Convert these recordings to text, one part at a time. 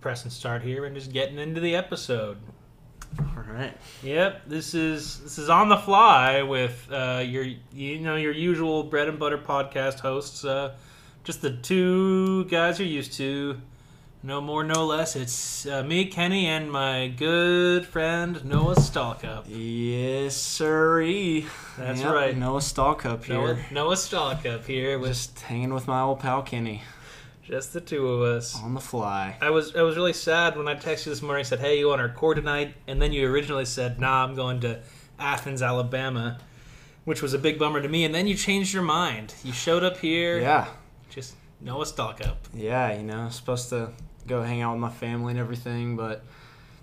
press and start here and just getting into the episode. All right. Yep, this is this is on the fly with uh, your you know your usual bread and butter podcast hosts, uh, just the two guys you're used to, no more, no less. It's uh, me, Kenny, and my good friend Noah Stalkup. Yes, sirree. That's right. Noah Stalk up here. Noah, Noah Stalkup here with Just hanging with my old pal Kenny just the two of us. on the fly. I was I was really sad when I texted you this morning. I said, "Hey, you want to record tonight?" And then you originally said, "Nah, I'm going to Athens, Alabama," which was a big bummer to me. And then you changed your mind. You showed up here, Yeah, just Noah stalk up. yeah. You know, supposed to go hang out with my family and everything, but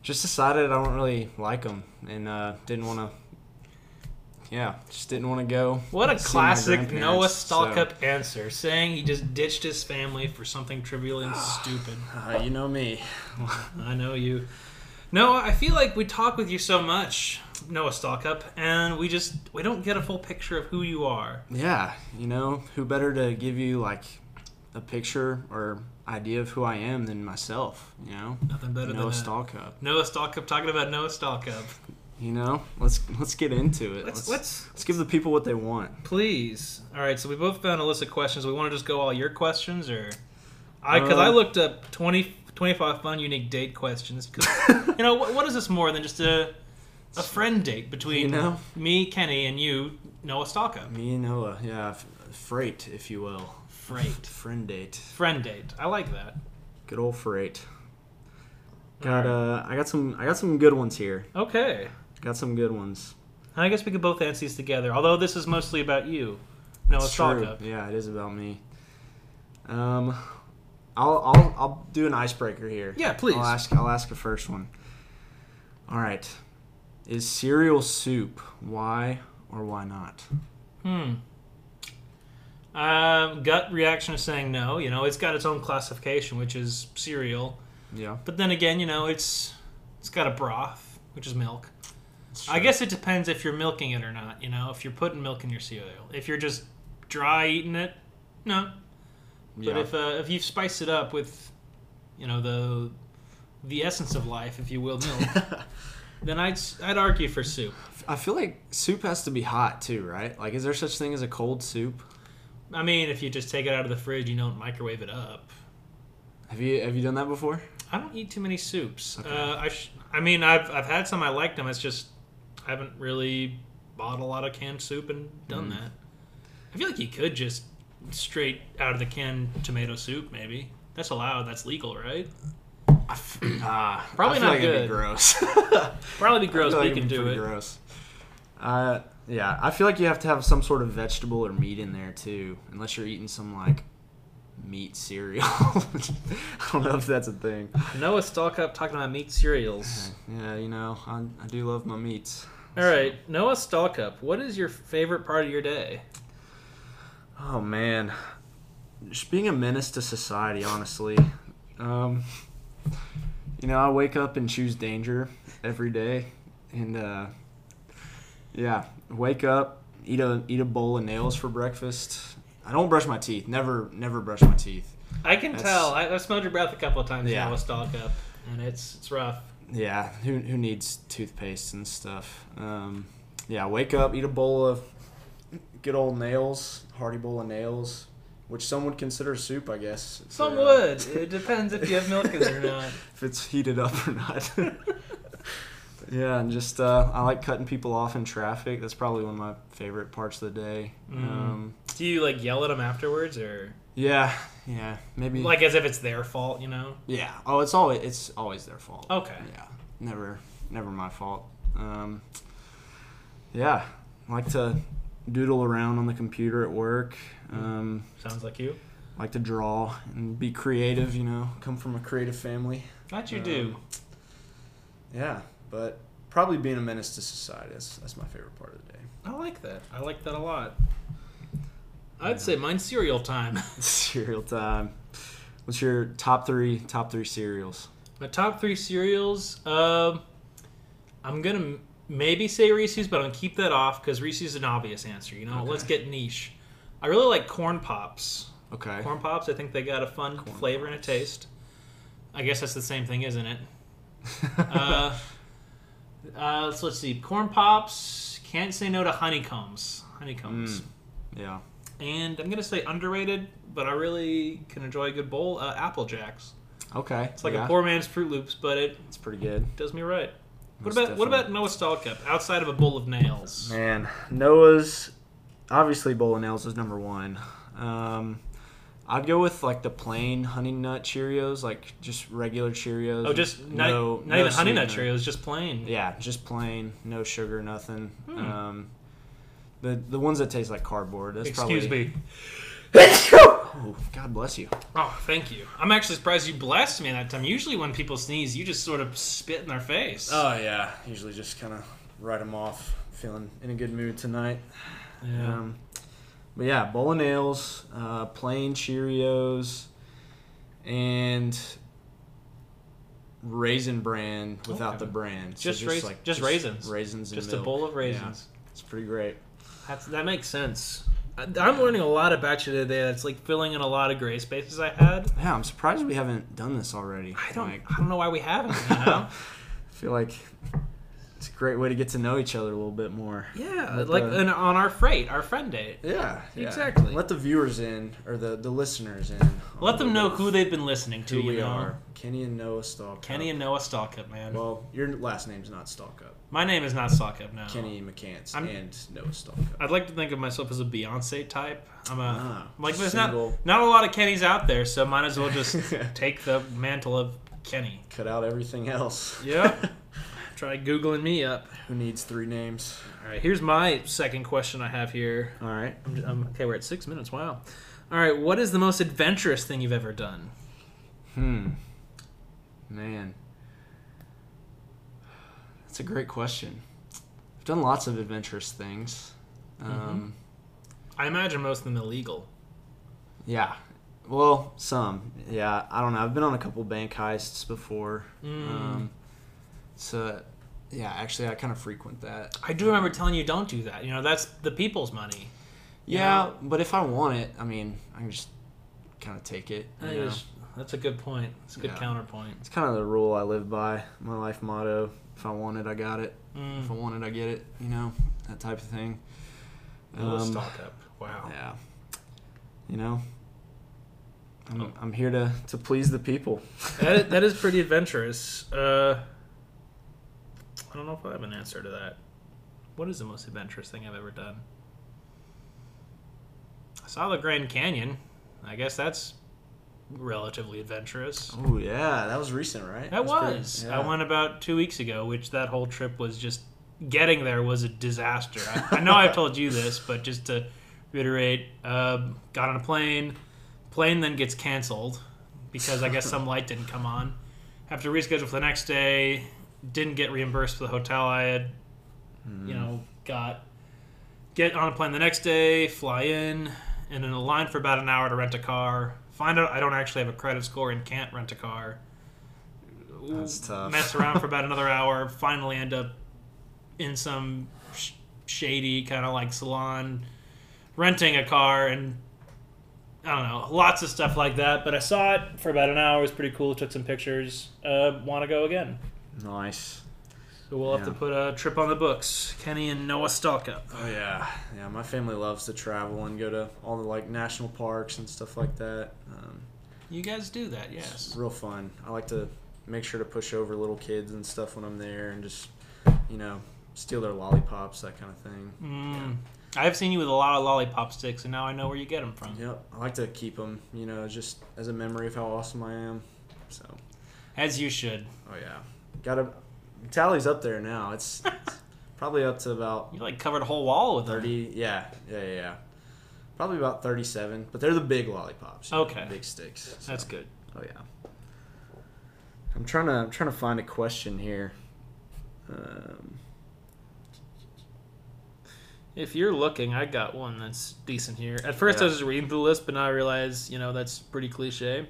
just decided I don't really like them and uh, didn't want to. Yeah, just didn't want to go. What a see my classic grandparents, Noah stalk so- up answer, saying he just ditched his family for something trivial and stupid. Uh, you know me. I know you. Noah, I feel like we talk with you so much, Noah stalk up, and we just we don't get a full picture of who you are. Yeah, you know, who better to give you like a picture or idea of who I am than myself? You know, Nothing better Noah than that. Stall Cup. Noah Stalkup talking about Noah Stalkup. You know, let's let's get into it. Let's, Let's let's let's give the people what they want. please. All right, so we both found a list of questions. We want to just go all your questions, or I because I Uh, looked up 20, 25 fun unique date questions. 'cause, you know what, what is this more than just a a friend date between You know? me, Kenny, and you, Noah Stalkup? Me and Noah, yeah, f- freight, if you will, Freight friend date, friend date. I like that. good old freight. Got uh, I got some I got some good ones here. Okay, Got some good ones. I guess we could both answer these together. Although this is mostly about you, Noah It's true. Stalkup. Yeah, it is about me. Um, I'll I'll I'll do an icebreaker here. Yeah, please. I'll ask I'll ask a first one. All right. Is cereal soup why or why not? Hmm. Um, gut reaction is saying no. You know, it's got its own classification, which is cereal. Yeah. But then again, you know, it's it's got a broth, which is milk. I guess it depends if you're milking it or not. You know, if you're putting milk in your cereal, if you're just dry eating it, no. But Yeah. if uh, if you've spiced it up with, you know, the the essence of life, if you will, milk, then I'd s- I'd argue for soup. I feel like soup has to be hot too, right? Like is there such thing as a cold soup? I mean, if you just take it out of the fridge, you don't microwave it up. Have you have you done that before? I don't eat too many soups. Uh, I, sh- I mean, I've, I've had some I liked them. It's just I haven't really bought a lot of canned soup and done Mm. that. I feel like you could just straight out of the can tomato soup. Maybe that's allowed. That's legal, right? I f- ah, uh, Probably I feel not like it'd good. be gross. Probably be gross, I feel but like you it'd can be do pretty it. Gross. Uh, yeah, I feel like you have to have some sort of vegetable or meat in there too, unless you're eating some like meat cereal. I don't know if that's a thing. Noah Stalk up talking about meat cereals. Yeah, you know, I, I do love my meats. All right, Noah Stalk up. What is your favorite part of your day? Oh man, just being a menace to society, honestly. Um, you know, I wake up and choose danger every day, and uh, yeah, wake up, eat a eat a bowl of nails for breakfast. I don't brush my teeth. Never, never brush my teeth. I can That's- tell. I, I've smelled your breath a couple of times. Yeah. Noah Stalk up, and it's it's rough. Yeah, who who needs toothpaste and stuff? Um, yeah, wake up, eat a bowl of good old nails, hearty bowl of nails, which some would consider soup, I guess. if Some they're, uh, would. It depends if you have milk in it or not. if it's heated up or not. yeah, and just uh, I like cutting people off in traffic. That's probably one of my favorite parts of the day. Mm. Um, Do you like yell at them afterwards, or yeah, yeah, maybe like as if it's their fault? You know? yeah. Oh, it's always it's always their fault. Oh, Okay. Yeah, never never my fault. Um, yeah, I like to doodle around on the computer at work. Um, Sounds like you. like to draw and be creative. You know, come from a creative family. That you do. Yeah, but probably being a menace to society. That's that's my favorite part of the day. I like that. I like that a lot. I'd say mine's cereal time. Cereal time. What's your top three? Top three cereals. My top three cereals. Um, I'm gonna m- maybe say Reese's, but I'm gonna keep that off because Reese's is an obvious answer. You know, Okay. let's get niche. I really like corn pops. Okay. Corn pops. I think they got a fun flavor and a taste. I guess that's the same thing, isn't it? Mm, Uh, uh, so let's see. Corn pops. Can't say no to honeycombs. Honeycombs. Mm, yeah. And I'm gonna say underrated, but I really can enjoy a good bowl. Uh, Apple Jacks. Okay. It's like yeah, a poor man's Fruit Loops, but it It's pretty good. does me right. What Most about what about definitely. Noah Stallcup outside of a bowl of nails? Man, Noah's obviously bowl of nails is number one. Um, I'd go with like the plain honey nut Cheerios, like just regular Cheerios. Oh, with just not, no- not no even honey nut sweetener. Cheerios, just plain. Yeah, just plain, no sugar, nothing. Hmm. Um, the the ones that taste like cardboard. That's Excuse probably, me. Oh, God bless you. Oh, thank you. I'm actually surprised you blessed me that time. Usually, when people sneeze, you just sort of spit in their face. Oh, yeah, usually just kind of write them off. Feeling in a good mood tonight. yeah. Um, but yeah, bowl of nails, uh, plain Cheerios, and raisin bran without Okay. the brand. So Just rais- just raisins. raisins, and just a milk. bowl of Yeah, raisins. it's pretty great. That's, that makes sense. I, I'm learning a lot about you today. That's like filling in a lot of gray spaces I had. Yeah, I'm surprised we haven't done this already. I don't. Like, I don't know why we haven't. You know? I feel like it's a great way to get to know each other a little bit more. yeah, But, like uh, in, on our freight, our friend date. Yeah, yeah. Exactly. Let the viewers in or the the listeners in. Let them know who they've been listening to. who you we know, are. Kenny and Noah Stalk. Kenny and Noah Stalkup, man. Well, your last name's not Stalk Up. My name is not Stalkup. No, Kenny McCants I'm- Uh, and Noah Stalkup. I'd like to think of myself as a Beyonce type. I'm a Ah, I'm like just there's single. not not a lot of Kennys out there, so might as well just take the mantle of Kenny. Cut out everything else. Yeah. Try googling me up. Who needs three names? All right, here's my second question I have here. All right. I'm, I'm, okay, we're at six minutes. Wow. All right, what is the most adventurous thing you've ever done? Hmm. Man. That's a great question. I've done lots of adventurous things. Mm-hmm. Um, I imagine most of them illegal. Yeah. Well, some. Yeah. I don't know. I've been on a couple bank heists before. Mm. Um, so, yeah, actually, I kind of frequent that. I do remember telling you don't do that. You know, that's the people's money. Yeah, Yeah. but if I want it, I mean, I can just kind of take it. I you think know? it's- that's a good point. It's a good Yeah. counterpoint. It's kind of the rule I live by, my life motto. If I want it, I got it. If I Mm. want it, I get it. You know, that type of thing. Little Um, stock up. Wow. yeah. You know, I'm, Oh. I'm here to, to please the people. that, is, that is pretty adventurous. Uh, I don't know if I have an answer to that. What is the most adventurous thing I've ever done? I saw the Grand Canyon. I guess that's relatively adventurous. Oh, yeah. That was recent, right? That That was. pretty- yeah. I went about two weeks ago, which that whole trip was just getting there was a disaster. I, I know I've told you this, but just to reiterate, um, got on a plane. Plane then gets canceled because I guess some light didn't come on. Have to reschedule for the next day. Didn't get reimbursed for the hotel I had, Hmm. you know, got. Get on a plane the next day, fly in, and in a line for about an hour to rent a car. Find out I don't actually have a credit score and can't rent a car That's tough. mess around for about another hour, finally end up in some sh- shady kind of like salon, renting a car, and I don't know, lots of stuff like that. But I saw it for about an hour. It was pretty cool. Took some pictures. Uh, Want to go again? Nice. So we'll have to Yeah. put a trip on the books. Kenny and Noah Stalkup. Oh yeah, yeah. My family loves to travel and go to all the like national parks and stuff like that. Um, You guys do that, it's yes. real fun. I like to make sure to push over little kids and stuff when I'm there, and just you know steal their lollipops, that kind of thing. Mm. I've seen you with a lot of lollipop sticks, and now I know where you get them from. Yep, I like to keep them, you know, just as a memory of how awesome I am. So, As you should. oh yeah, got to tally's up there now. It's, it's probably up to about You like covered a whole wall with 'em. thirty. Yeah, yeah, yeah. yeah. Probably about thirty-seven, but they're the big lollipops. you know, Okay. big sticks. so. That's good. Oh yeah. I'm trying to I'm trying to find a question here. Um, If you're looking, I got one that's decent here. At first, I Yeah. was just reading through the list, but now I realize, you know, that's pretty cliche.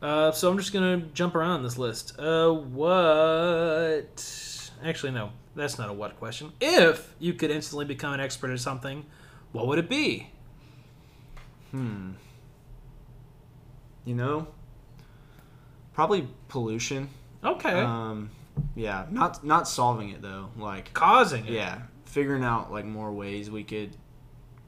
Uh, so I'm just going to jump around this list. Uh, what? Actually, no, that's not a what question. If you could instantly become an expert at something, what would it be? hmm. You know, Probably pollution. Okay. Um, yeah, not not solving it though. Like, Causing it. yeah, figuring out like more ways we could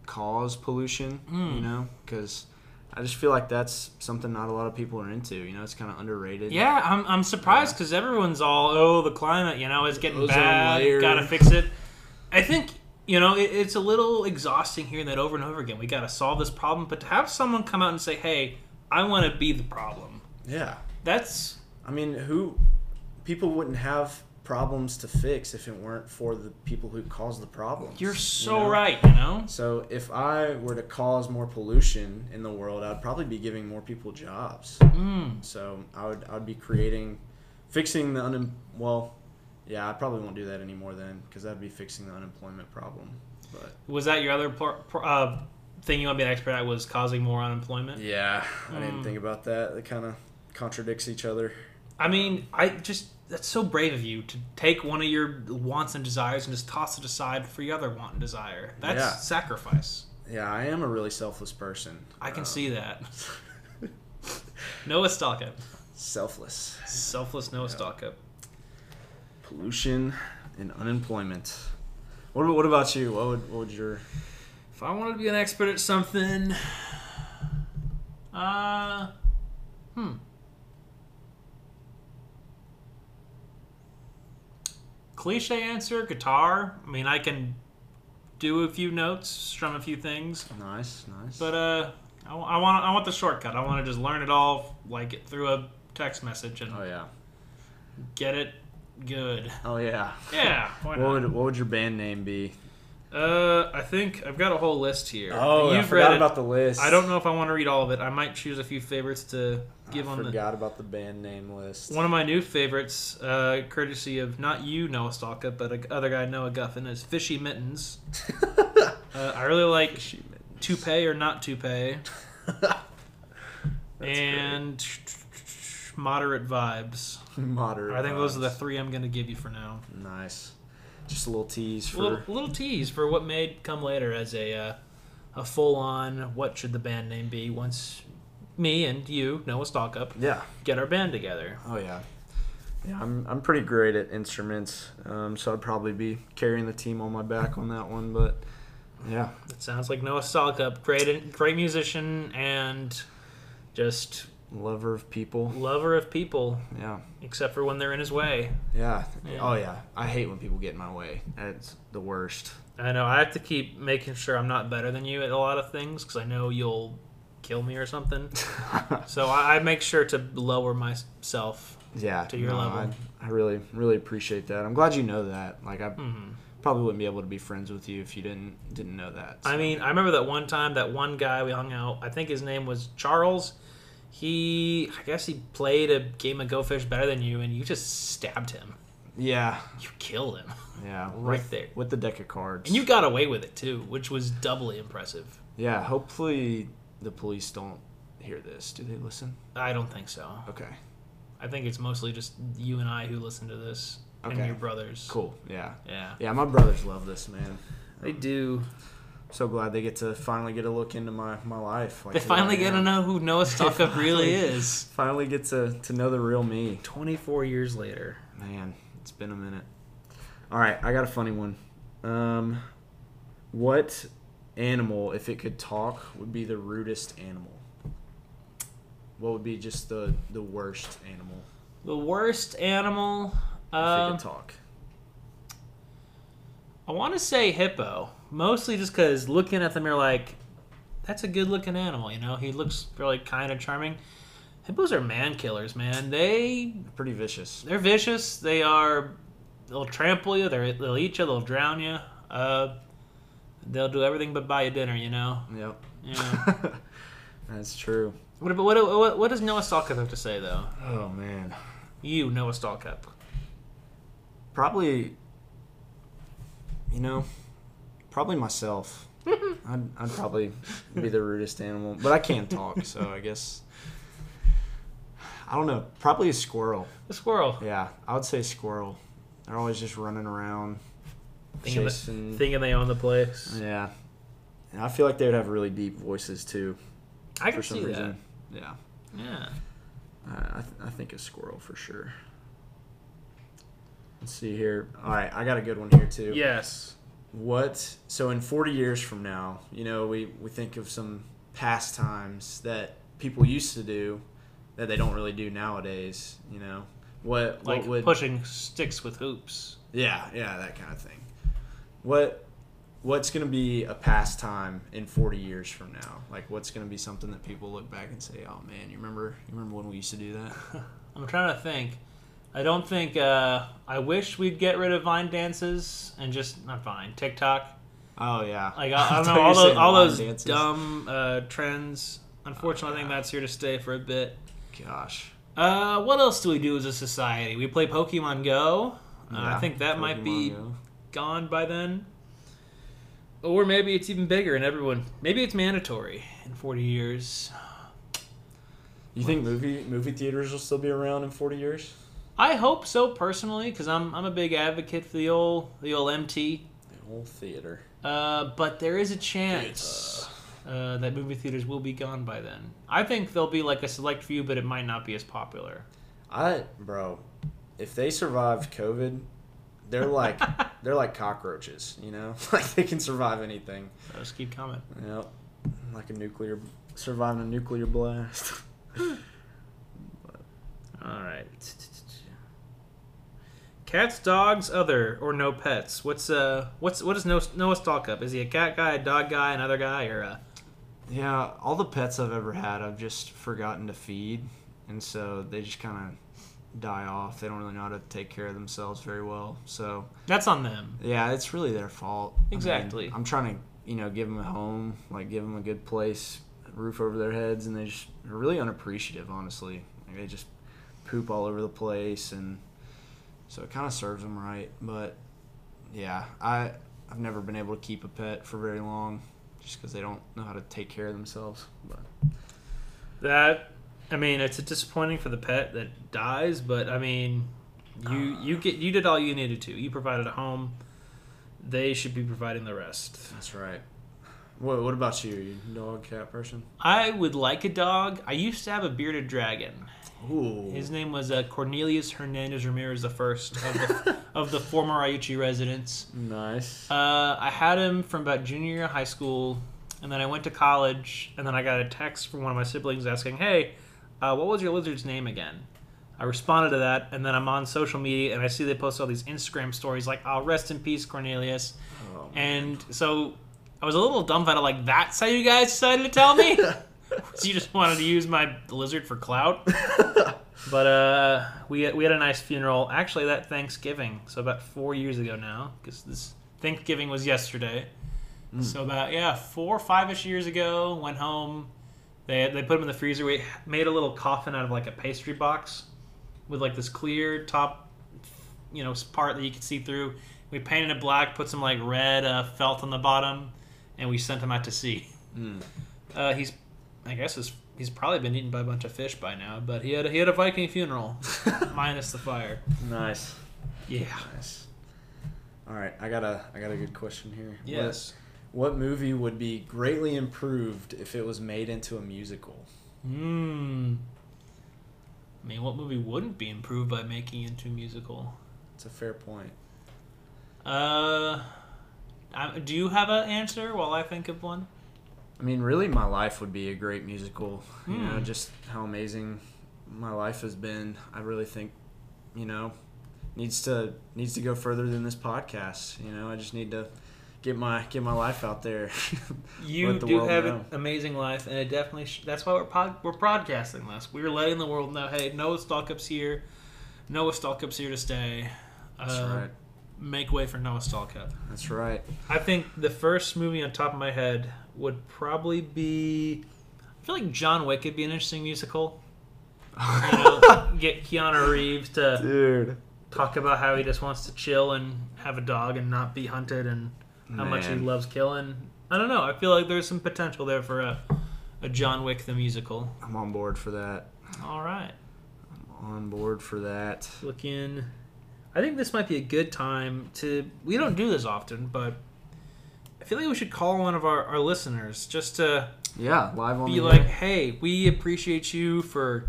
cause pollution. You Mm. know, because I just feel like that's something not a lot of people are into. You know, it's kind of underrated. Yeah, I'm, I'm surprised because everyone's all, oh, the climate, you know, is getting Ozone bad. layer." Gotta fix it. I think, you know, it, it's a little exhausting hearing that over and over again. We gotta solve this problem. But to have someone come out and say, hey, I wanna be the problem, Yeah. that's. I mean, who people wouldn't have problems to fix if it weren't for the people who caused the problems. You're you so know? right, you know? So if I were to cause more pollution in the world, I'd probably be giving more people jobs. Mm. So I would I'd be creating, fixing the unem well, yeah I probably won't do that anymore then because that'd be fixing the unemployment problem. But Was that your other por- por- uh, thing you want to be an expert at was causing more unemployment? yeah, I didn't Mm. think about that. It kind of contradicts each other. I mean, I just that's so brave of you to take one of your wants and desires and just toss it aside for your other want and desire. That's Yeah. sacrifice. Yeah, I am a really selfless person. I can Um, see that. Noah Stalkup. selfless. Selfless Noah Stalkup. pollution and unemployment. What about, what about you? What would, what would your If I wanted to be an expert at something, uh, hmm. Cliche answer, guitar. I mean, I can do a few notes, strum a few things, nice nice? but uh, I, wa- I want I want the shortcut. I want to just learn it all like through a text message and oh yeah get it good. oh yeah. Yeah, why What not? would what would your band name be? Uh, I think I've got a whole list here. Oh, I you've forgot read it. about the list. I don't know if I want to read all of it. I might choose a few favorites to give I on the. forgot about the band name list. One of my new favorites, uh, courtesy of not you, Noah Stalka, but a other guy, Noah Guffin, is Fishy Mittens. Uh, I really like Shoot, man. Toupee or Not Toupee That's and Moderate Vibes. great. moderate. I think those are the vibes. three I'm going to give you for now. nice. Just a little tease for little, little tease for what may come later as a uh, a full on what should the band name be once me and you Noah Stockup yeah. get our band together. Oh yeah. Yeah, I'm I'm pretty great at instruments, um, so I'd probably be carrying the team on my back on that one. But yeah, It sounds like Noah Stockup, great great musician and just lover of people. lover of people, Yeah. except for when they're in his way. Yeah. Yeah. Oh yeah. I hate when people get in my way. That's the worst. I know I have to keep making sure I'm not better than you at a lot of things because I know you'll kill me or something. so I, I make sure to lower myself. yeah. To your level. I, I really, really appreciate that. I'm glad you know that. Like I hmm probably wouldn't be able to be friends with you if you didn't didn't know that. I so. mean, I remember that one time that one guy we hung out. I think his name was Charles. He, I guess he played a game of Go Fish better than you, and you just stabbed him. Yeah. You killed him, Yeah. Right with, there. With the deck of cards. and you got away with it too, which was doubly impressive. Yeah, hopefully the police don't hear this. Do they listen? I don't think so. Okay. I think it's mostly just you and I who listen to this, and Okay. your brothers. Cool. Yeah. Yeah, Yeah, my brothers love this, man. they do. So glad they get to finally get a look into my, my life. Like They finally who I get to am. know who Noah Stockup really finally- is. Finally get to, to know the real me. Twenty-four years later. Man, it's been a minute. All right, I got a funny one. Um, what animal, if it could talk, would be the rudest animal? What would be just the the worst animal The worst animal. if Um, it could talk? I want to say hippo, mostly just because looking at them, you're like, that's a good looking animal, you know? He looks really kind of charming. Hippos are man killers, man. They Pretty vicious. they're vicious. They are they'll trample you. They're, they'll eat you. They'll drown you. Uh, they'll do everything but buy you dinner, you know. Yep. Yeah. That's true. what about what, what what does Noah Stallcup have to say though? Oh man. You Noah Stallcup. Probably. You know, probably myself. I'd, I'd probably be the rudest animal, but I can't talk, so I guess. I don't know. Probably a squirrel. The squirrel. Yeah, I would say squirrel. They're always just running around, Thinking, that- chasing. thinking they own the place. yeah, and I feel like they would have really deep voices too I can for some see reason. Yeah, that. Yeah. I, I, th- I think a squirrel for sure. Let's see here. All right, I got a good one here too. Yes. What? So in 40 years from now, you know, we we think of some pastimes that people used to do that they don't really do nowadays. You know, what Like what would pushing sticks with hoops. yeah yeah that kind of thing. What what's gonna be a pastime in 40 years from now? Like what's gonna be something that people look back and say, oh man, you remember you remember when we used to do that? I'm trying to think. I don't think. Uh, I wish we'd get rid of Vine dances and just not Vine TikTok. Oh yeah. Like I, I don't thought know you were all those all saying line those dances. dumb uh, trends. Unfortunately, I think yeah. that's here to stay for a bit. Gosh. Uh, what else do we do as a society? We play Pokemon Go. Uh, I Yeah, think that might be Pokemon Go. gone by then. Or maybe it's even bigger and everyone. Maybe it's mandatory in 40 years. You think movie movie theaters will still be around in 40 years? I hope so personally, because I'm I'm a big advocate for the old the old MT. The whole theater. Uh, but there is a chance uh, that movie theaters will be gone by then. I think there'll be like a select few, but it might not be as popular. I bro, if they survived COVID, they're like they're like cockroaches, you know? Like they can survive anything. So just keep coming. Yep. Like a nuclear surviving a nuclear blast. All right. Cats, dogs, other or no pets. What's uh, what's what is Noah, Noah Stalkup? Is he a cat guy, a dog guy, another guy, or uh? yeah, all the pets I've ever had I've just forgotten to feed and so they just kind of die off. They don't really know how to take care of themselves very well. So That's on them. Yeah, it's really their fault. I mean, Exactly. I'm trying to, you know, give them a home, like give them a good place, a roof over their heads, and they just are really unappreciative, honestly. Like they just poop all over the place, and so it kind of serves them right. But yeah, I I've never been able to keep a pet for very long, just because they don't know how to take care of themselves. But That, I mean, it's disappointing for the pet that dies, but I mean, you you get you did all you needed to. You provided a home. They should be providing the rest. that's right. What What about you? You dog cat person? I would like a dog. I used to have a bearded dragon. Ooh. His name was uh, Cornelius Hernandez Ramirez the first of the, of the former Ayuchi residents. Nice. Uh, I had him from about junior year of high school, and then I went to college, and then I got a text from one of my siblings asking, "Hey, uh, what was your lizard's name again?" I responded to that, and then I'm on social media, and I see they post all these Instagram stories like, "I'll rest in peace, Cornelius," Oh, and so I was a little dumbfounded, like, "That's how you guys decided to tell me." So you just wanted to use my lizard for clout. But uh, we we had a nice funeral. Actually, that Thanksgiving, so about four years ago now, because this Thanksgiving was yesterday. So about yeah, four five ish years ago, went home. They they put him in the freezer. We made a little coffin out of like a pastry box, with like this clear top, you know, part that you could see through. We painted it black, put some like red uh, felt on the bottom, and we sent him out to sea. Mm. Uh, he's, I guess, is he's probably been eaten by a bunch of fish by now. But he had a, he had a Viking funeral, minus the fire. Mm. nice. Yeah. Nice. All right, I got a I got a good question here. Yes. What, what movie would be greatly improved if it was made into a musical? Hmm. I mean, what movie wouldn't be improved by making it into a musical? It's a fair point. Uh, I, do you have an answer while I think of one? I mean, really, my life would be a great musical. You know, Hmm. just how amazing my life has been. I really think, you know, needs to needs to go further than this podcast. You know, I just need to get my get my life out there. You Let the do world have know. an amazing life, and it definitely sh- that's why we're pod- we're broadcasting this. We're letting the world know, hey, Noah Stalkup's here. Noah Stalkup's here to stay. Uh, That's right. Make way for Noah Stalkup. That's right. I think the first movie on top of my head would probably be. I feel like John Wick could be an interesting musical. You know, get Keanu Reeves to Dude. talk about how he just wants to chill and have a dog and not be hunted and how much he Man. loves killing. I don't know. I feel like there's some potential there for a, a John Wick the musical. I'm on board for that. All right. On board for that. looking i think this might be a good time to we don't do this often but i feel like we should call one of our, our listeners just to Yeah, live on be the like air. hey we appreciate you for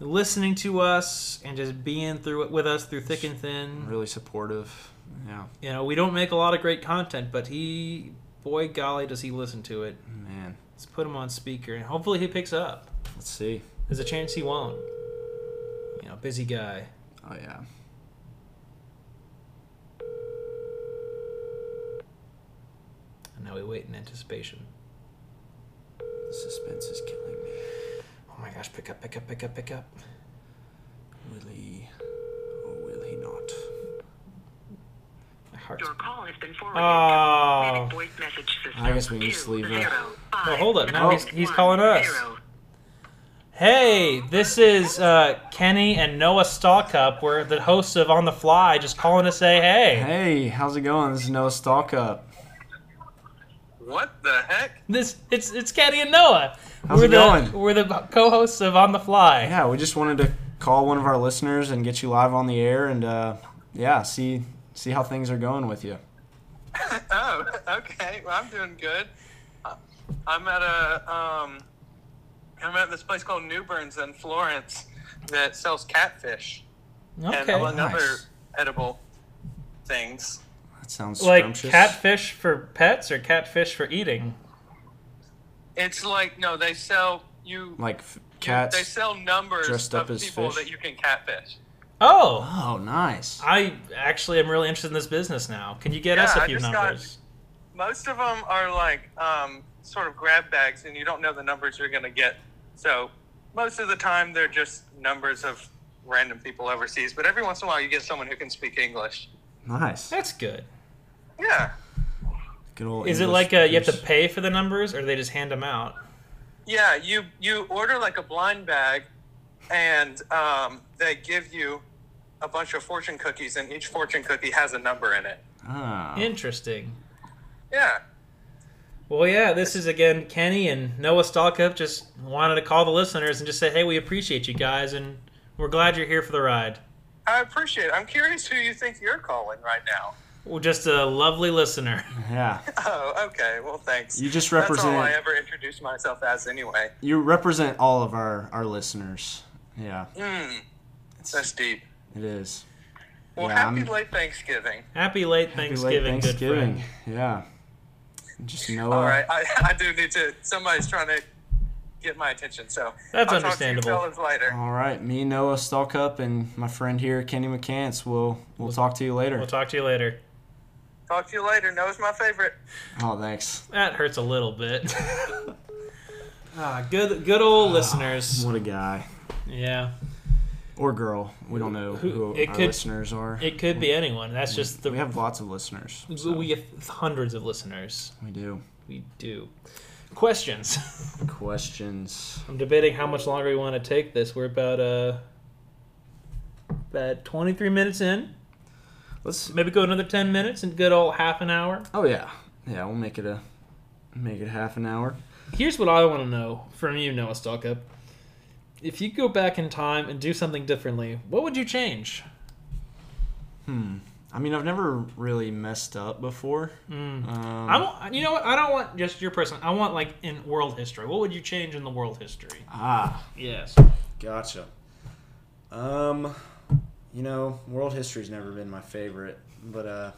listening to us and just being through it with us through thick and thin. Really supportive. Yeah, You know, we don't make a lot of great content, but he, boy golly, does he listen to it. man. Let's put him on speaker, and hopefully he picks up. Let's see. There's a chance he won't. You know, busy guy. Oh yeah. And now we wait in anticipation. The suspense is killing me. Oh my gosh, pick up, pick up, pick up, pick up. Will he or will he not? My heart's. Your call has been forwarded to Oh. the voice message system. I guess we can just leave a- Well, hold up, now he's- he's calling us. Hey, this is uh, Kenny and Noah Stockup. We're the hosts of On the Fly, just calling to say hey. Hey, how's it going? This is Noah Stalkup. What the heck? This it's it's Kenny and Noah. How's we're it the, going? We're the co-hosts of On the Fly. Yeah, we just wanted to call one of our listeners and get you live on the air and uh, yeah, see see how things are going with you. Oh, okay. Well, I'm doing good. I- I'm at a um, I'm at this place called New Burns in Florence that sells catfish and Okay. among Nice. other edible things. That sounds Like scrumptious. catfish for pets or catfish for eating? It's like no, they sell you. like f- you- They cats. sell numbers dressed of up as people fish. that you can catfish. Oh, Oh, nice. I actually am really interested in this business now. Can you get us Yeah, a I few just got- numbers? Most of them are like um, sort of grab bags, and you don't know the numbers you're going to get. So most of the time, they're just numbers of random people overseas. But every once in a while, you get someone who can speak English. Nice. That's good. Yeah, Good old Is it English like uh you have to speakers. pay for the numbers, or they just hand them out? yeah. You you order like a blind bag, and um, they give you a bunch of fortune cookies, and each fortune cookie has a number in it. Ah. Oh. Interesting. Yeah. Well, yeah, this is again Kenny and Noah Stalkup. Just wanted to call the listeners and just say, hey, we appreciate you guys, and we're glad you're here for the ride. I appreciate it. I'm curious who you think you're calling right now. We're just a lovely listener. Yeah. Oh, okay. Well, thanks. You just That's all I represent- ever introduce myself as, anyway. You represent all of our our listeners. Yeah. Mm, that's deep. It is. Well, Yeah, happy I'm- late Thanksgiving. Happy late Happy Thanksgiving, late good Thanksgiving. friend. Yeah. Just know. All right, I, I do need to. Somebody's trying to get my attention, so That's I'll understandable. Talk to you fellas later. All right. Me, Noah Stalkup, and my friend here, Kenny McCants. We'll we'll talk to you later. We'll talk to you later. Talk to you later. Noah's my favorite. oh, thanks. That hurts a little bit. ah, good, good old listeners. What a guy Yeah, or girl. We don't know Who- who, it our could- listeners are. it could be anyone. That's just the we have lots of listeners. so we have hundreds of listeners. we do. We do. Questions. Questions. I'm debating how much longer we want to take this. We're about uh about 23 minutes in. Let's. Maybe go another 10 minutes and good old half an hour. Oh yeah. Yeah. We'll make it a make it half an hour. Here's what I want to know from you, Noah Stalkup. If you go back in time and do something differently, what would you change? Hmm. I mean, I've never really messed up before. Hmm. Um, I want, you know what? I don't want just your person. I want like in world history. What would you change in the world history? ah, Yes. gotcha. Um, you know, world history's never been my favorite, but uh,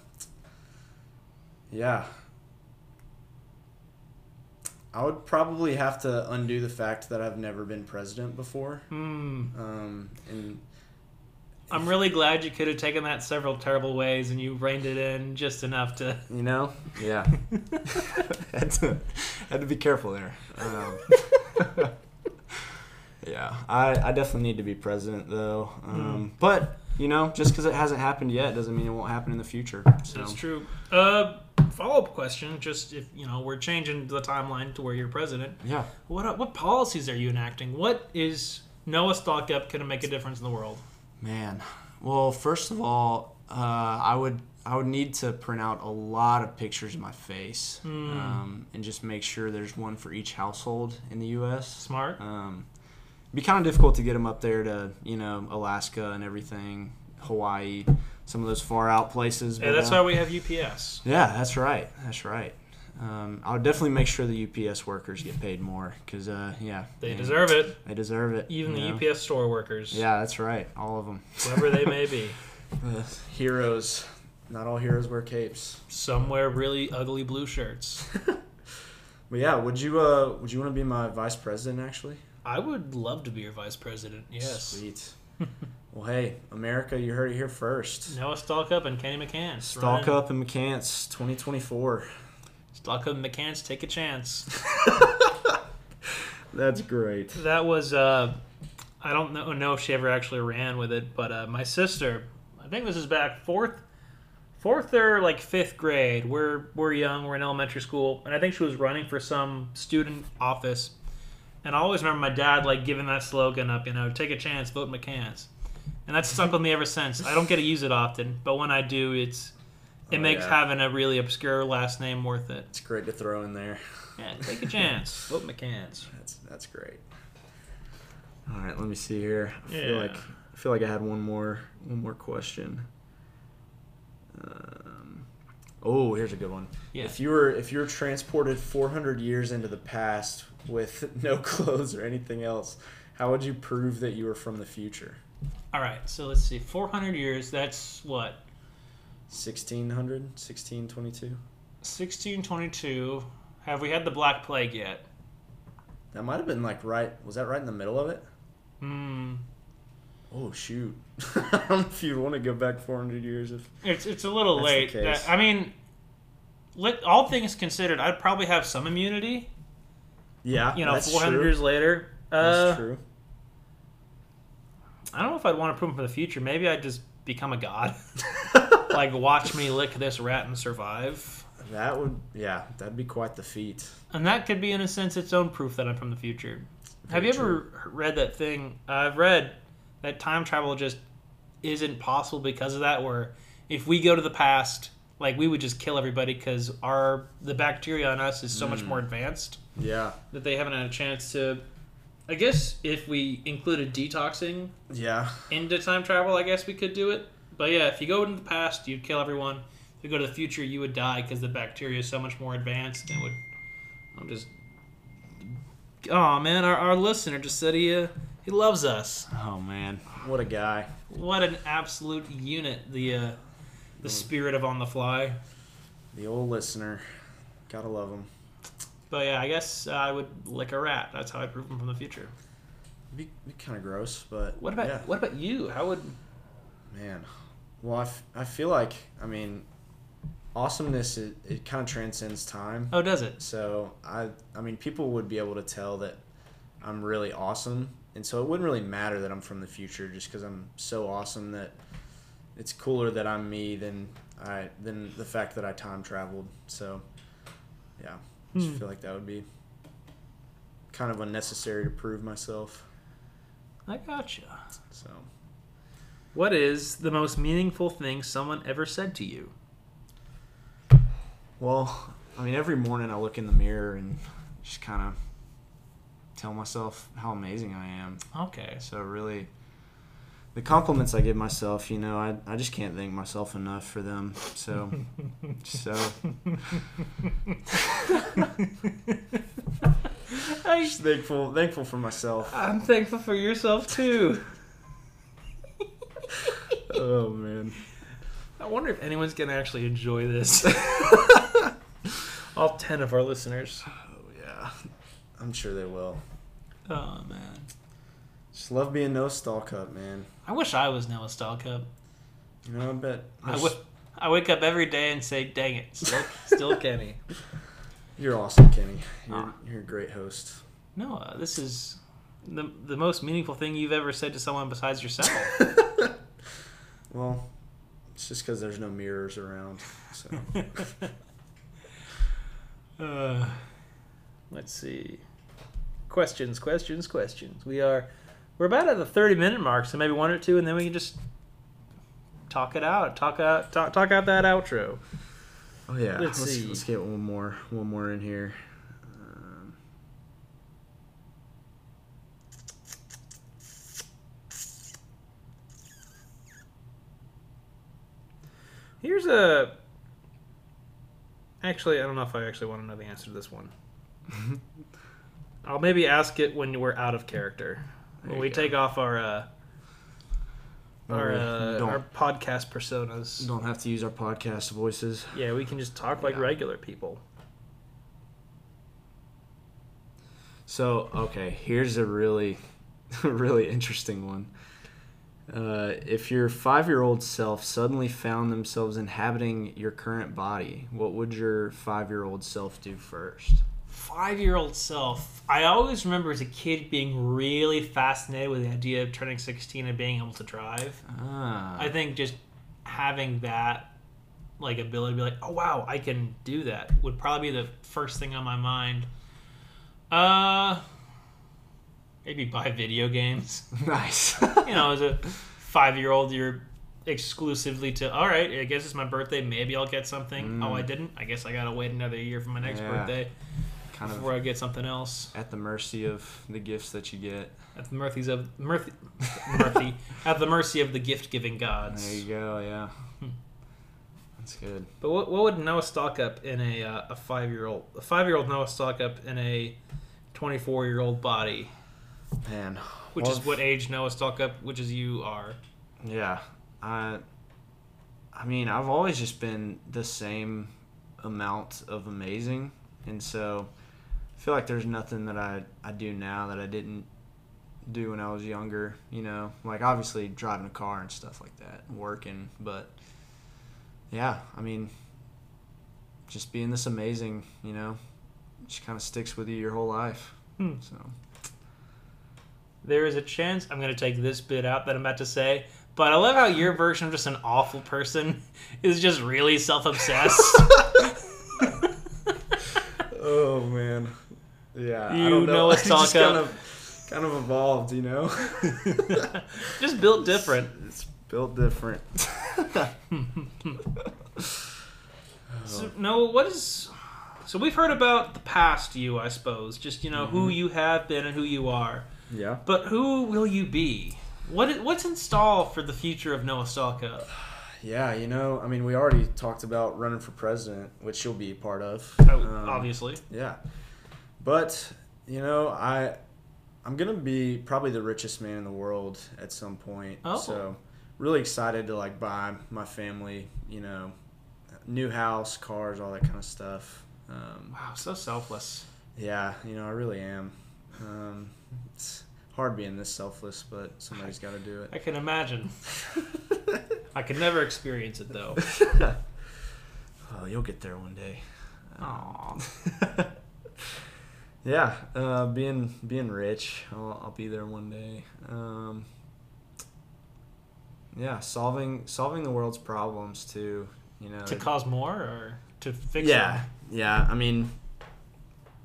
yeah, I would probably have to undo the fact that I've never been president before. Hmm. Um, and I'm really glad you could have taken that several terrible ways and you reined it in just enough to. you know, yeah, had to had to be careful there. Um, yeah, I, I definitely need to be president though. Um, But you know, just because it hasn't happened yet doesn't mean it won't happen in the future. So That's true. Uh, follow up question: Just if you know, we're changing the timeline to where you're president. yeah, What uh, what policies are you enacting? What is Noah Stalkup going to make a difference in the world? man. Well, first of all, uh, I would I would need to print out a lot of pictures of my face um, and just make sure there's one for each household in the U.S. Smart. Um, it'd be kind of difficult to get them up there to you know Alaska and everything, Hawaii, some of those far out places. Yeah, but, that's uh, why we have UPS. Yeah, that's right. That's right. Um, I'll definitely make sure the UPS workers get paid more because, uh, yeah, They man, deserve it. They deserve it. Even you know? the UPS store workers, Yeah, that's right. All of them. whoever they may be, heroes. Not all heroes wear capes. some wear really ugly blue shirts. But yeah, would you uh would you want to be my vice president actually? I would love to be your vice president. Yes. Sweet. well, hey, America, you heard it here first. Noah Stalkup and Kenny McCann. Stalk Ryan. up in McCants 2024. Stalkup and McCann's Take a Chance. That's great. That was, uh, I don't know, know if she ever actually ran with it, but uh, my sister, I think this is back fourth. Fourth or like fifth grade, we're we're young, we're in elementary school, and I think she was running for some student office. And I always remember my dad like giving that slogan up, you know, take a chance, vote McCants, and that's stuck with me ever since. I don't get to use it often, but when I do, it's it Oh, makes yeah. having a really obscure last name worth it. It's great to throw in there. Yeah, take a chance. Vote McCants. That's that's great. All right, let me see here. I feel Yeah. like I feel like I had one more one more question. Um, oh, here's a good one. Yeah. If you were if you were transported 400 years into the past with no clothes or anything else, how would you prove that you were from the future? All right, so let's see. 400 years, that's what? 1600, 1622. 1622. Have we had the Black Plague yet? That might have been like right. Was that right in the middle of it? Hmm. Oh shoot! I don't know if you'd want to go back 400 years if It's, it's a little That's the late. case. That- I mean, let, all things considered, I'd probably have some immunity, yeah. you know, that's 400 true. years later. Uh, That's true. I don't know if I'd want to prove them for the future. Maybe I'd just become a god. like, watch me lick this rat and survive. That would, yeah, that'd be quite the feat. And that could be, in a sense, its own proof that I'm from the future. Have Very you ever read that thing? I've read that time travel just isn't possible because of that. Where if we go to the past, like we would just kill everybody because our the bacteria on us is so much more advanced Yeah, that they haven't had a chance to. I guess if we included detoxing yeah, into time travel, I guess we could do it. But yeah, if you go into the past, you'd kill everyone. If you go to the future, you would die because the bacteria is so much more advanced. And it would. I'm just. Oh man, our, our listener just said he uh, he loves us. Oh man, what a guy! What an absolute unit the uh, the spirit of on the fly. The old listener, gotta love him. But yeah, I guess I would lick a rat. That's how I prove him from the future. Be, be kind of gross, but What about yeah, what about you? How would man? Well, I, f- I feel like I mean, awesomeness it, it kind of transcends time. oh does it? So I I mean, people would be able to tell that I'm really awesome, and so it wouldn't really matter that I'm from the future, just because I'm so awesome that it's cooler that I'm me than I than the fact that I time traveled. So yeah, I just Hmm. feel like that would be kind of unnecessary to prove myself. I gotcha. So What is the most meaningful thing someone ever said to you? well, I mean, every morning I look in the mirror and just kind of tell myself how amazing I am. Okay, So really, the compliments I give myself, you know, I, I just can't thank myself enough for them. So, so I, just thankful thankful for myself. am thankful for yourself too. Oh man, I wonder if anyone's gonna actually enjoy this. All ten of our listeners. oh yeah, I'm sure they will. Oh man, Just love being no stall cup, man. I wish I was Noah Stalkup. You know, I bet I, w- I wake up every day and say, "Dang it, still, still Kenny." you're awesome, Kenny. You're, Aw. you're a great host. Noah, uh, this is the the most meaningful thing you've ever said to someone besides yourself. well, it's just because there's no mirrors around. So uh, let's see. Questions, questions, questions. We are we're about at the thirty minute mark, so maybe one or two, and then we can just talk it out, talk out, talk, talk out that outro. oh yeah, Let's let's let's, see. get one more one more in here. Um, Here's a. I Actually, I don't know if I actually want to know the answer to this one. I'll maybe ask it when we're out of character. There When you we go. take off our uh, Well, our we uh, don't our podcast personas. don't have to use our podcast voices. Yeah, we can just talk like Yeah. regular people. So okay, here's a really, really interesting one. Uh, if your five-year-old self suddenly found themselves inhabiting your current body, what would your five-year-old self do first? Five year old self. I always remember as a kid being really fascinated with the idea of turning 16 and being able to drive. Ah, I think just having that like ability to be like, oh wow, I can do that would probably be the first thing on my mind. Uh maybe buy video games. nice. You know, as a five year old you're exclusively to all right, I guess it's my birthday, maybe I'll get something. Oh I didn't. I guess I gotta wait another year for my next Mm. Yeah. birthday kind before of I get something else. at the mercy of the gifts that you get. At the mercies of Murphy Murphy at the mercy of the gift giving gods. There you go. Yeah, Hmm. that's good. But what, what would Noah stock up in a uh, a five year old a five year old Noah stock up in a twenty four year old body, Man, which Well, is what age Noah stock up, which is you are. Yeah. I I mean, I've always just been the same amount of amazing. And so I feel like there's nothing that I, I do now that I didn't do when I was younger, you know. Like obviously driving a car and stuff like that, working, but yeah, I mean just being this amazing, you know, just kind of sticks with you your whole life. Hmm. So There is a chance I'm going to take this bit out that I'm about to say, but I love how your version of just an awful person is just really self obsessed. Oh man, yeah. You I don't know know. us It's talk just up. kind of, kind of evolved, you know. just built different. It's built different. So, no, what is? So we've heard about the past you, I suppose. Just you know Mm-hmm. who you have been and who you are. yeah. But who will you be? What i- what's in stall for the future of Noah Stalka? Yeah, you know. I mean, we already talked about running for president, which you'll be a part of. Oh, Um, obviously. Yeah. But you know, I I'm gonna be probably the richest man in the world at some point. Oh. So really excited to like buy my family, you know, new house, cars, all that kind of stuff. Um, Wow, so selfless. Yeah, you know, I really am. Um, it's hard being this selfless, but somebody's got to do I can imagine. I can never experience it though. it. oh, you'll get there one day. Aww. yeah, uh, being being rich, I'll, I'll be there one day. Um, yeah, solving solving the world's problems too. You know, to cause more or to fix Uh, yeah, it? yeah. I mean,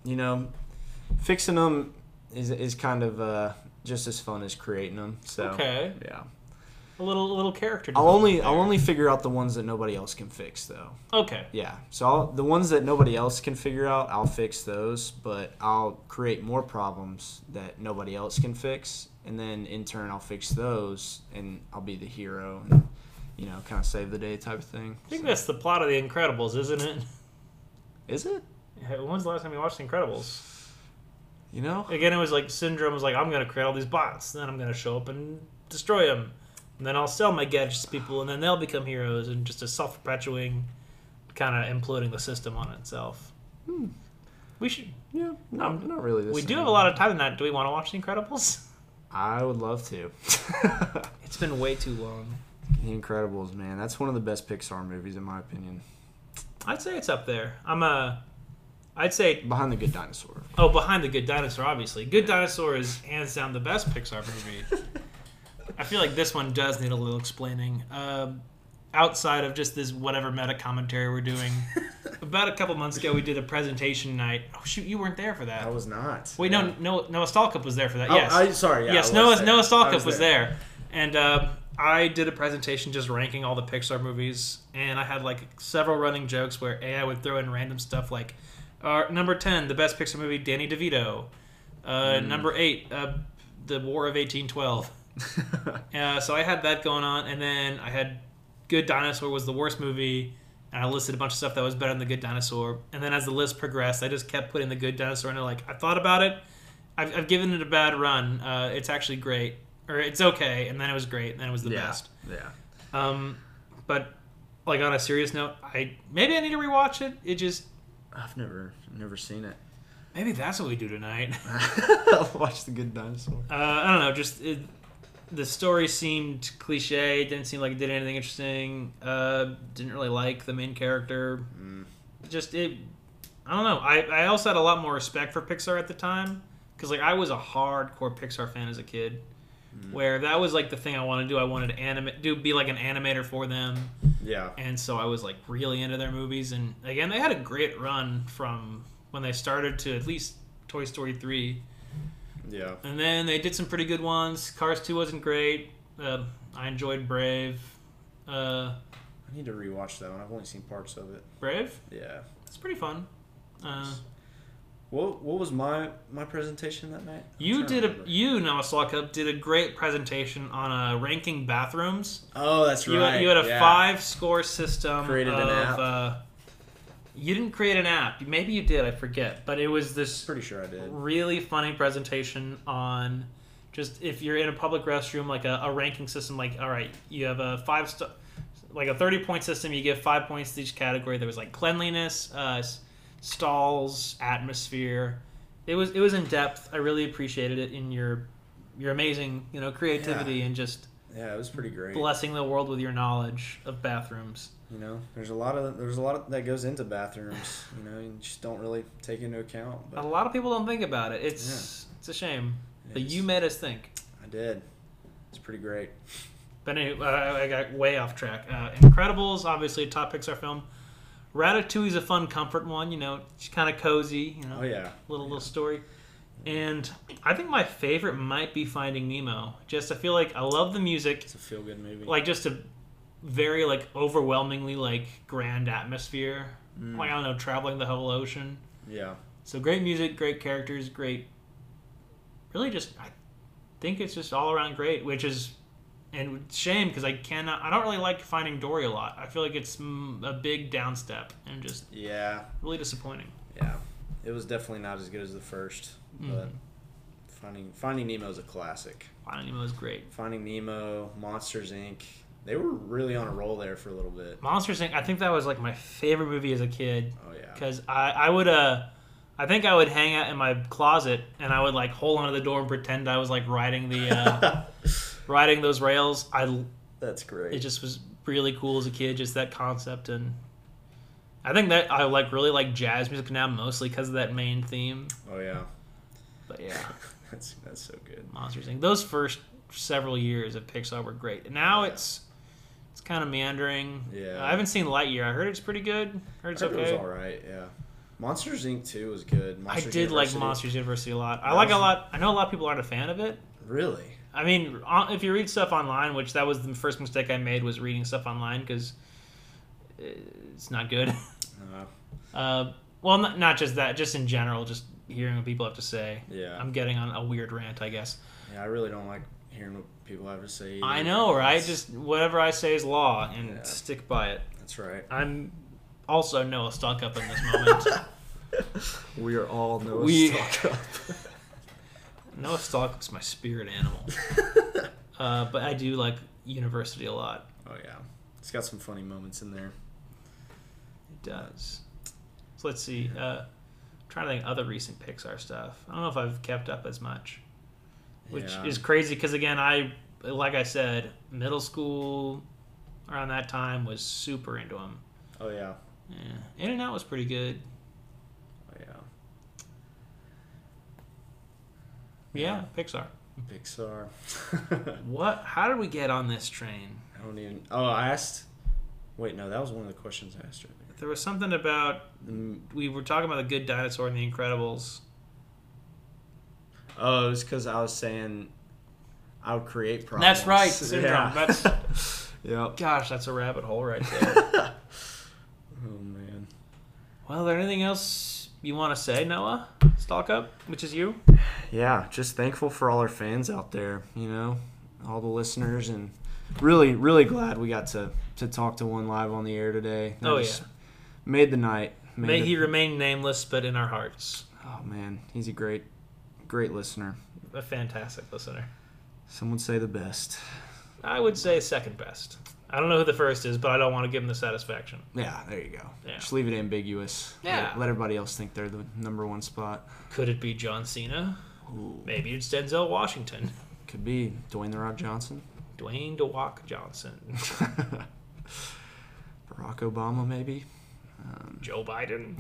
you know, fixing them is is kind of uh, just as fun as creating them. So Okay. yeah. A little a little character. I'll development only there. I'll only figure out the ones that nobody else can fix though. Okay. Yeah. So I'll, the ones that nobody else can figure out, I'll fix those, but I'll create more problems that nobody else can fix, and then in turn I'll fix those, and I'll be the hero, and you know, kind of save the day type of thing. I think So- that's the plot of The Incredibles, isn't it? is it. Yeah, When was the last time you watched The Incredibles? You know. Again, it was like Syndrome was like, I'm going to create all these bots, then I'm going to show up and destroy them. And then I'll sell my gadgets to people, and then they'll become heroes, and just a self perpetuating kind of imploding the system on itself. We should. Hmm, Yeah. No, Um, not really. This we do have a lot of time tonight. Do we want to watch The Incredibles? I would love to. It's been way too long. the Incredibles, man. That's one of the best Pixar movies in my opinion. I'd say it's up there. I'm a. I'd say Behind the Good Dinosaur. oh, behind the Good Dinosaur, obviously. Good Dinosaur is hands down the best Pixar movie. I feel like this one does need a little explaining. Um, outside of just this whatever meta commentary we're doing, about a couple months ago we did a presentation night. Oh shoot, you weren't there for that. I was not. Wait, no, no, Noah Stalkup was there for that. Oh, yes, I, sorry. Yeah, yes, I Noah was there. Noah I Stalkup was, there, and uh, I did a presentation just ranking all the Pixar movies, and I had like several running jokes where AI would throw in random stuff like, uh, number ten, the best Pixar movie, Danny DeVito, uh, Hmm. number eight, uh, the War of eighteen twelve. Uh, so I had that going on, and then I had Good Dinosaur was the worst movie. and I listed a bunch of stuff that was better than the Good Dinosaur. And then as the list progressed, I just kept putting the Good Dinosaur, and I like I thought about it. I've, I've given it a bad run. Uh, it's actually great, or it's okay, and then it was great, and then it was the yeah, best. yeah. Um, but like on a serious note, I maybe I need to rewatch it. It just I've never never seen it. maybe that's what we do tonight. I'll watch the Good Dinosaur. Uh, I don't know. Just it, the story seemed cliche. It didn't seem like it did anything interesting. Uh, didn't really like the main character. Just it. I don't know. I, I also had a lot more respect for Pixar at the time because like I was a hardcore Pixar fan as a kid, where that was like the thing I wanted to do. I wanted to animate, do be like an animator for them, Yeah, and so I was like really into their movies. And again, they had a great run from when they started to at least Toy Story three. yeah. And then they did some pretty good ones. Cars 2 wasn't great. Uh, I enjoyed Brave. Uh, I need to rewatch that one. I've only seen parts of it. Brave? Yeah. It's pretty fun. Uh, What What was my my presentation that night? I'm you trying to did a remember. you Namaslock Cup did a great presentation on uh, ranking bathrooms. Oh, that's You, right. you had a yeah. five score system. Created of, an app. Uh, you didn't create an app. Maybe you did. I forget. But it was this Pretty sure I did. really funny presentation on just if you're in a public restroom like a, a ranking system like all right you have a five star like a 30 point system you give five points to each category there was like cleanliness uh, s- stalls atmosphere it was it was in depth i really appreciated it in your your amazing you know creativity Yeah. and just Yeah, it was pretty great. blessing the world with your knowledge of bathrooms You know, there's a lot of there's a lot of, that goes into bathrooms. You know, you just don't really take into account. a But lot of people don't think about it it's it's a shame but It's- you made us think I did. It's pretty great. But anyway, uh, I I got way off track. Uh, Incredibles, obviously a top Pixar film. Ratatouille's a fun comfort one. You know, it's kind of cozy. You know, Oh yeah. little little story. And I think my favorite might be Finding Nemo. Just I feel like I love the music. It's a feel good movie. Like just a very like overwhelmingly like grand atmosphere. Mm. Like I don't know, traveling the whole ocean. yeah. So great music, great characters, great. Really, just I think it's just all around great, which is and it's a shame because I cannot. I don't really like finding Dory a lot. I feel like it's mm, a big downstep and just Yeah. really disappointing. Yeah. It was definitely not as good as the first, Mm-hmm. but Finding Finding Nemo is a classic. Mm, Finding Nemo is great. Finding Nemo, Monsters Inc. They were really on a roll there for a little bit. Monsters Inc. I think that was like my favorite movie as a kid Oh yeah. because I I would uh. I think I would hang out in my closet and I would like hold onto the door and pretend I was like riding the uh, riding those rails. I That's great. it just was really cool as a kid just that concept and i think that i like really like jazz music now mostly because of that main theme oh yeah. but yeah that's that's so good. monsters inc those first several years of pixar were great and now Yeah. it's it's kind of meandering Yeah. i haven't seen lightyear i heard it's pretty good heard it's I heard okay It was all right. Yeah. Monsters Inc. Two was good. i Monsters did University- like monsters university a lot i That like a was- lot i know a lot of people aren't a fan of it Really? I mean, on- if you read stuff online, which that was the first mistake I made was reading stuff online because it's not good. No. Uh, well, not, not just that, just in general, just hearing what people have to say. Yeah. I'm getting on a weird rant, I guess. yeah. I really don't like hearing what people have to say. I either. know, right? That's- Just whatever I say is law, and Yeah. stick by it. that's right. I'm also Noah Stuck up in this moment. We are all Noah's We- stock Noah Stuck is my spirit animal. up. Uh, but I do like university a lot. Oh yeah, it's got some funny moments in there. It does. So let's see. Uh, I'm trying to think of other recent Pixar stuff. I don't know if I've kept up as much, which Yeah. is crazy because again, I like I said, middle school around that time was super into them. Oh yeah, Yeah. In and Out was pretty good. oh yeah. Yeah, Pixar. Pixar. What? How did we get on this train? I don't even. Oh, I asked. Wait, no, that was one of the questions I asked earlier. There was something about Mm, we were talking about the Good Dinosaur and the Incredibles. Oh, it was because I was saying I would create problems. That's right, syndrome. That's- yep. Gosh, that's a rabbit hole right there. oh man. Well, is there anything else you want to say, Noah? Stalk up, which is you. Yeah, just thankful for all our fans out there. You know, all the listeners and really, really glad we got to to talk to one live on the air today. That Oh, just yeah. made the night. Made May it- he remain nameless, but in our hearts. oh man, he's a great, great listener. A fantastic listener. Some would say the best. I would say second best. I don't know who the first is, but I don't want to give him the satisfaction. Yeah, there you go. Yeah. Just leave it ambiguous. Yeah. Let, let everybody else think they're the number one spot. Could it be John Cena? Ooh. Maybe it's Denzel Washington. Could be Dwayne the Rock Johnson, Dwayne DeWalk Johnson. Barack Obama, maybe. Um, Joe Biden.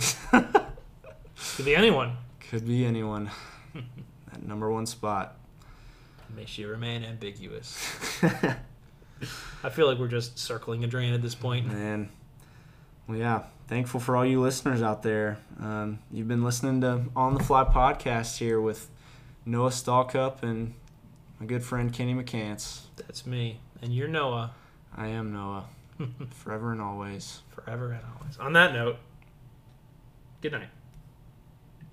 Could be anyone. Could be anyone. that number one spot. May she remain ambiguous. I feel like we're just circling a drain at this point. Man. Well, yeah. Thankful for all you listeners out there. Um, you've been listening to On the Fly podcast here with Noah Stallcup and my good friend Kenny McCants. That's me. And you're Noah. I am Noah, forever and always. Forever and always. On that note, good night.